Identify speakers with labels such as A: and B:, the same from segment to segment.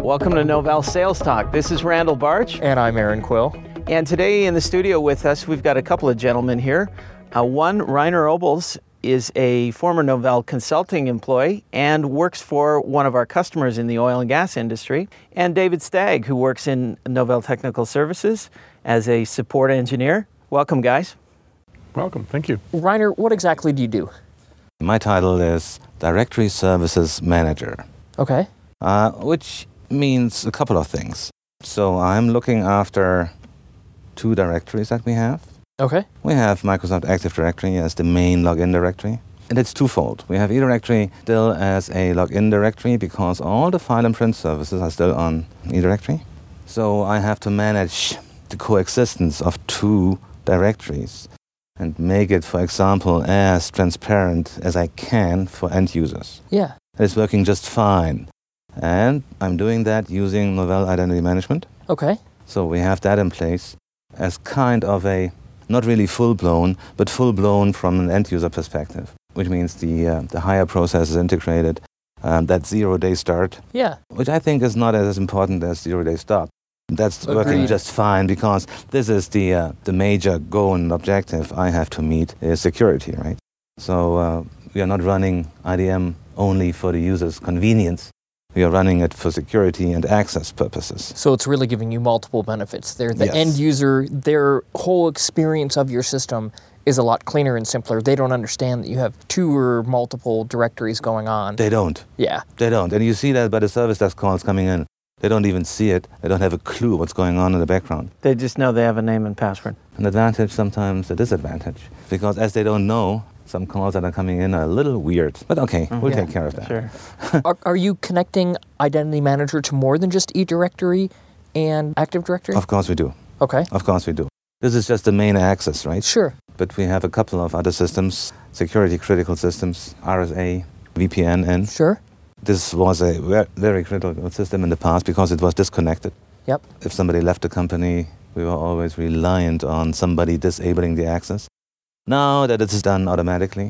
A: Welcome to Novell Sales Talk. This is Randall Barch,
B: And I'm Aaron Quill.
A: and today in the studio with us, we've got a couple of gentlemen here. Uh, one, Reiner Obels, is a former Novell consulting employee and works for one of our customers in the oil and gas industry, and David Stagg, who works in Novell Technical Services as a support engineer. Welcome, guys.
C: Welcome. Thank you.
B: Reiner, what exactly do you do?
D: My title is Directory Services Manager,
B: Okay.
D: uh, which means a couple of things. So I'm looking after two directories that we have.
B: Okay.
D: We have Microsoft Active Directory as the main login directory. And it's twofold. We have eDirectory still as a login directory because all the file and print services are still on eDirectory. So I have to manage the coexistence of two directories and make it, for example, as transparent as I can for end users.
B: Yeah.
D: It's working just fine. And I'm doing that using Novell Identity Management.
B: Okay.
D: So we have that in place as kind of a not really full blown, but full blown from an end user perspective, which means the uh, the higher process is integrated. Um, that zero day start,
B: Yeah.
D: which I think is not as important as zero day stop. That's working
B: Agreed.
D: just fine because this is the uh, the major goal and objective I have to meet is security, right? So uh, we are not running IDM only for the user's convenience. We are running it for security and access purposes.
B: So it's really giving you multiple benefits. They're the
D: Yes.
B: end user, their whole experience of your system is a lot cleaner and simpler. They don't understand that you have two or multiple directories going on.
D: They don't.
B: yeah.
D: They don't. And you see that by the service desk calls coming in. They don't even see it. They don't have a clue what's going on in the background.
A: They just know they have a name and password.
D: An advantage, sometimes a disadvantage. Because as they don't know, some calls that are coming in are a little weird. But okay, we'll
B: Yeah.
D: take care of that.
A: Sure.
B: are, are you connecting Identity Manager to more than just eDirectory and Active Directory?
D: Of course we do.
B: Okay.
D: Of course we do. This is just the main axis, right?
B: Sure.
D: But we have a couple of other systems, security critical systems, RSA, VPN, and
B: Sure.
D: this was a ver- very critical system in the past because it was disconnected.
B: Yep.
D: if somebody left the company, we were always reliant on somebody disabling the access. Now that it is done automatically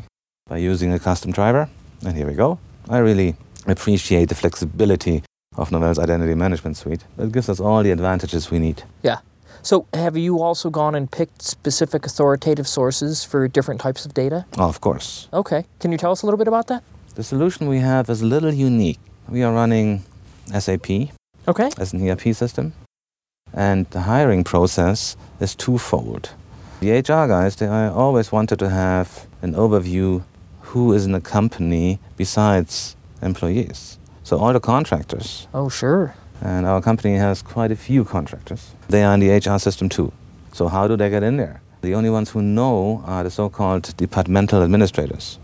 D: by using a custom driver, and here we go, I really appreciate the flexibility of Novell's identity management suite. It gives us all the advantages we need.
B: So, have you also gone and picked specific authoritative sources for different types of data?
D: Of course,
B: Okay. Can you tell us a little bit about that?
D: the solution we have is a little unique. We are running SAP,
B: Okay.
D: as an ERP system. And the hiring process is twofold. The HR guys, they I always wanted to have an overview who is in the company besides employees. So all the contractors,
B: Oh, sure.
D: and our company has quite a few contractors, they are in the HR system too. So how do they get in there? The only ones who know are the so-called departmental administrators.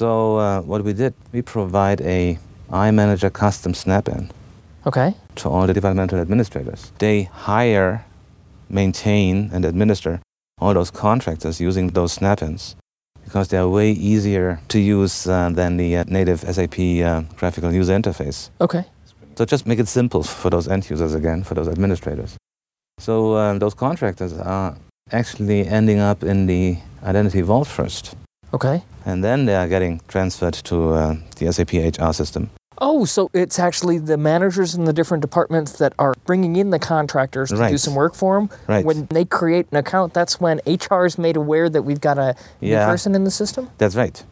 D: So uh, what we did, we provide a iManager custom snap-in
B: Okay.
D: to all the developmental administrators. They hire, maintain, and administer all those contractors using those snap ins because they are way easier to use uh, than the uh, native SAP uh, graphical user interface.
B: Okay.
D: So just make it simple for those end users again, for those administrators. So uh, those contractors are actually ending up in the identity vault first.
B: Okay.
D: And then they are getting transferred to uh, the SAP HR system.
B: Oh, so it's actually the managers in the different departments that are bringing in the contractors to do
D: Right.
B: some work for them.
D: Right.
B: When they create an account, that's when HR is made aware that we've got a
D: Yeah.
B: new person in the system.
D: That's right.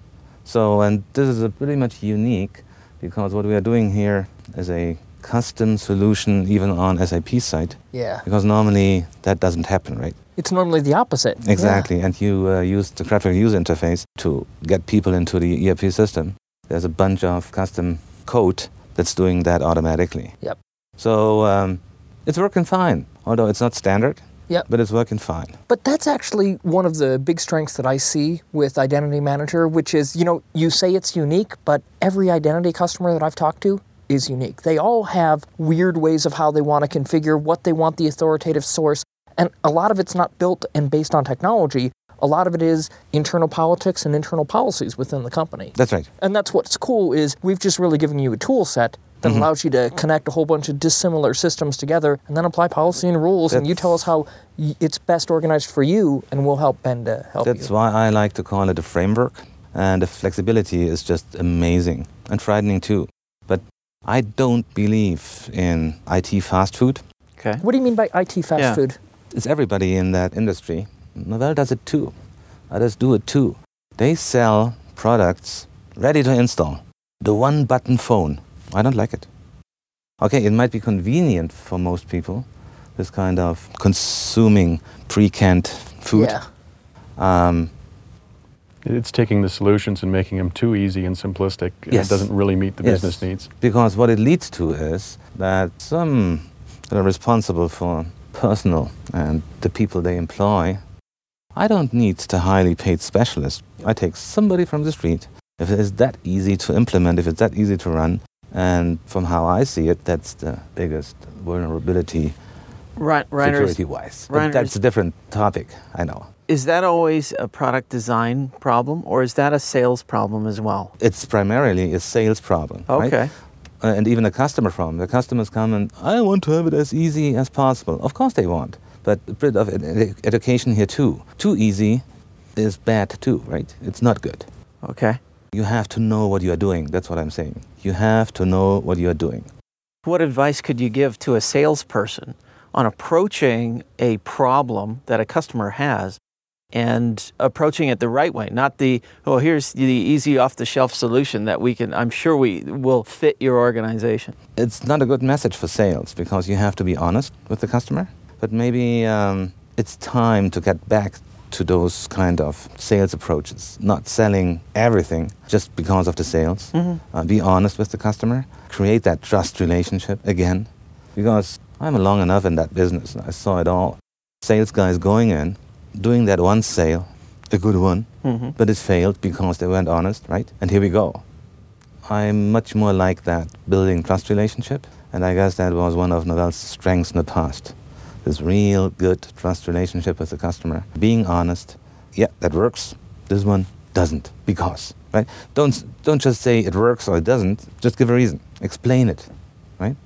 D: So, and this is a pretty much unique because what we are doing here is a custom solution even on SAP side
B: Yeah.
D: because normally that doesn't happen, right?
B: It's normally the opposite. Yeah.
D: Exactly. And you uh, use the graphical user interface to get people into the ERP system. There's a bunch of custom code that's doing that automatically.
B: Yep.
D: So um, it's working fine, although it's not standard.
B: Yep.
D: But it's working fine.
B: But that's actually one of the big strengths that I see with Identity Manager, which is, you know, you say it's unique, but every identity customer that I've talked to is unique. They all have weird ways of how they want to configure, what they want the authoritative source, and a lot of it's not built and based on technology. A lot of it is internal politics and internal policies within the company.
D: That's right.
B: And that's what's cool is we've just really given you a tool set that
D: Mm-hmm.
B: allows you to connect a whole bunch of dissimilar systems together and then apply policy and rules and you tell us how y- it's best organized for you and we'll help Ben to help
D: That's
B: you.
D: why I like to call it a framework, and the flexibility is just amazing and frightening too. But I don't believe in IT fast food.
A: Okay.
B: What do you mean by IT fast
A: Yeah.
B: food?
D: It's everybody in that industry. Novell does it too. Others do it too. They sell products ready to install. The one button phone. I don't like it. Okay, it might be convenient for most people, this kind of consuming pre canned food.
B: Yeah.
D: Um,
C: It's taking the solutions and making them too easy and simplistic. and
D: Yes.
C: It doesn't really meet the
D: Yes.
C: business needs.
D: because what it leads to is that some that are responsible for personal and the people they employ. I don't need the highly paid specialist. I take somebody from the street. If it is that easy to implement, if it's that easy to run, and from how I see it, that's the biggest vulnerability
A: Rein- Reiner, is,
D: security wise. But
A: Reiner's-
D: that's a different topic, I know.
A: is that always a product design problem or is that a sales problem as well?
D: It's primarily a sales problem. right?
A: Okay.
D: uh, and even a customer problem. The customers come and I want to have it as easy as possible. Of course they want, but a bit of ed- ed- education here too. Too easy is bad too, right? It's not good.
A: Okay.
D: You have to know what you are doing. That's what I'm saying. You have to know what you are doing.
A: What advice could you give to a salesperson on approaching a problem that a customer has and approaching it the right way? Not the, oh, here's the easy off the shelf solution that we can, I'm sure we will fit your organization.
D: It's not a good message for sales because you have to be honest with the customer. But maybe um, it's time to get back to those kind of sales approaches, not selling everything just because of the sales. Uh, be honest with the customer, create that trust relationship again. Because I'm long enough in that business, I saw it all. Sales guys going in, doing that one sale, a good one,
A: Mm-hmm.
D: but it failed because they weren't honest, right? And here we go. I'm much more like that building trust relationship, and I guess that was one of Novell's strengths in the past. This real good trust relationship with the customer, being honest. Yeah, that works. This one doesn't because, right? Don't don't just say it works or it doesn't. Just give a reason. Explain it, right?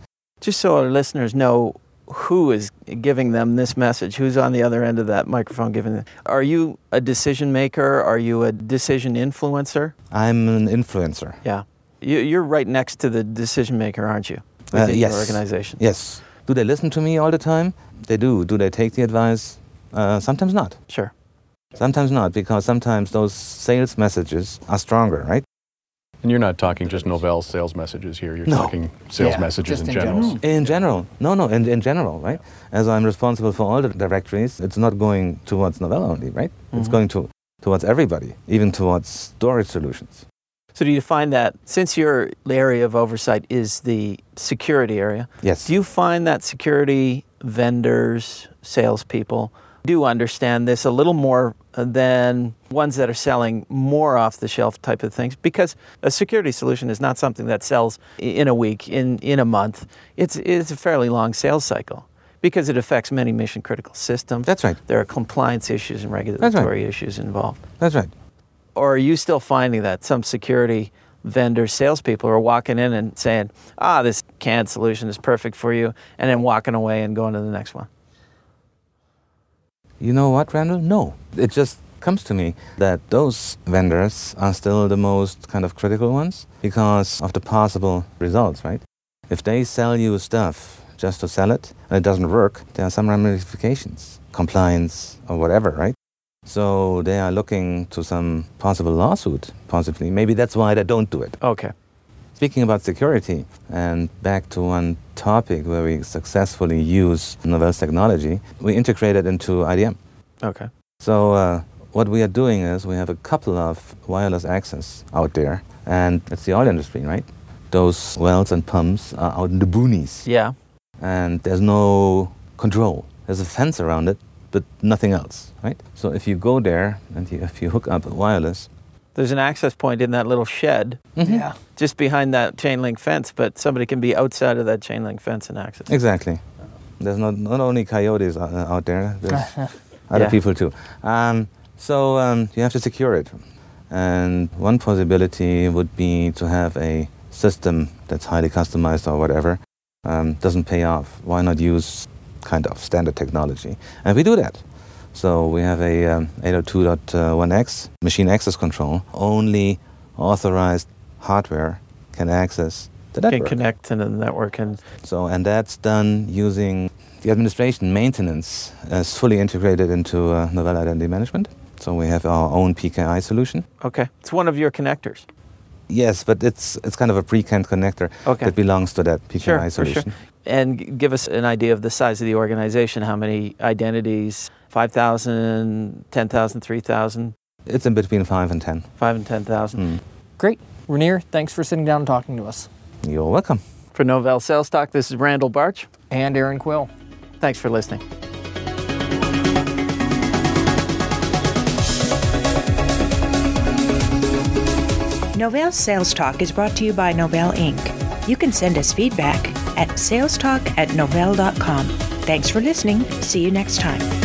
A: Just so our listeners know who is giving them this message, who's on the other end of that microphone giving them. Are you a decision maker? Are you a decision influencer?
D: I'm an influencer.
A: Yeah. You- You're right next to the decision maker, aren't you? Within
D: yes.
A: your organization.
D: Yes. Do they listen to me all the time? They do. Do they take the advice? Uh, sometimes not.
A: Sure.
D: Sometimes not, because sometimes those sales messages are stronger, right?
C: And you're not talking just Novell's sales messages here. You're
D: No.
C: talking sales
B: Yeah,
C: messages
B: just
C: in,
B: in
C: general.
B: general.
D: In general. No, no, in, in general, right? As I'm responsible for all the directories, it's not going towards Novella only, right? It's
A: Mhm.
D: going to, towards everybody, even towards storage solutions.
A: So do you find that since your area of oversight is the security area,
D: Yes.
A: do you find that security vendors, salespeople do understand this a little more uh, than ones that are selling more off the shelf type of things? Because a security solution is not something that sells i- in a week, in, in a month. It's, it's a fairly long sales cycle because it affects many mission critical systems.
D: That's right.
A: there are compliance issues and regulatory issues involved
D: That's right.
A: or are you still finding that some security vendor salespeople are walking in and saying, "Ah, this canned solution is perfect for you," and then walking away and going to the next one?
D: You know what, Randall? No. It just comes to me that those vendors are still the most kind of critical ones because of the possible results, right? If they sell you stuff just to sell it and it doesn't work, there are some ramifications, compliance or whatever, right? So they are looking to some possible lawsuit, possibly. Maybe that's why they don't do it.
A: Okay,
D: Speaking about security, and back to one topic where we successfully use Novell's technology, we integrate it into IDM.
A: okay,
D: So uh, what we are doing is we have a couple of wireless access out there, and it's the oil industry, right? Those wells and pumps are out in the boonies,
A: yeah,
D: and there's no control. There's a fence around it, but nothing else, right? So if you go there and you, if you hook up wireless,
A: there's an access point in that little shed
D: Mhm.
B: Yeah.
A: just behind that chain link fence, but somebody can be outside of that chain link fence and access.
D: exactly. There's not not only coyotes uh, out there. There's
B: Mm-hmm.
D: other
A: Yeah.
D: people too. Um, so um, you have to secure it. And one possibility would be to have a system that's highly customized or whatever. Um, doesn't pay off. Why not use kind of standard technology? And we do that. So we have a um, 802.1x machine access control. Only authorized hardware can access the
A: can
D: network.
A: connect to the network and
D: So, and that's done using the administration maintenance as fully integrated into uh, Novell Identity Management. So we have our own PKI solution.
A: okay, it's one of your connectors.
D: Yes, but it's it's kind of a pre-canned connector
A: Okay.
D: that belongs to that PKI
A: Sure, for
D: solution.
A: sure. And g- give us an idea of the size of the organization, how many identities, 5,000, 10,000, 3,000,
D: It's in between five and ten.
A: 5 and 10,000.
D: Mm.
B: Great. Rainier, thanks for sitting down and talking to us.
D: You're welcome.
A: For Novell Sales Talk, this is Randall Barch.
B: And Aaron Quill.
A: Thanks for listening.
E: Novell Sales Talk is brought to you by Novell Inc. You can send us feedback at salestalk at novell.com. Thanks for listening. See you next time.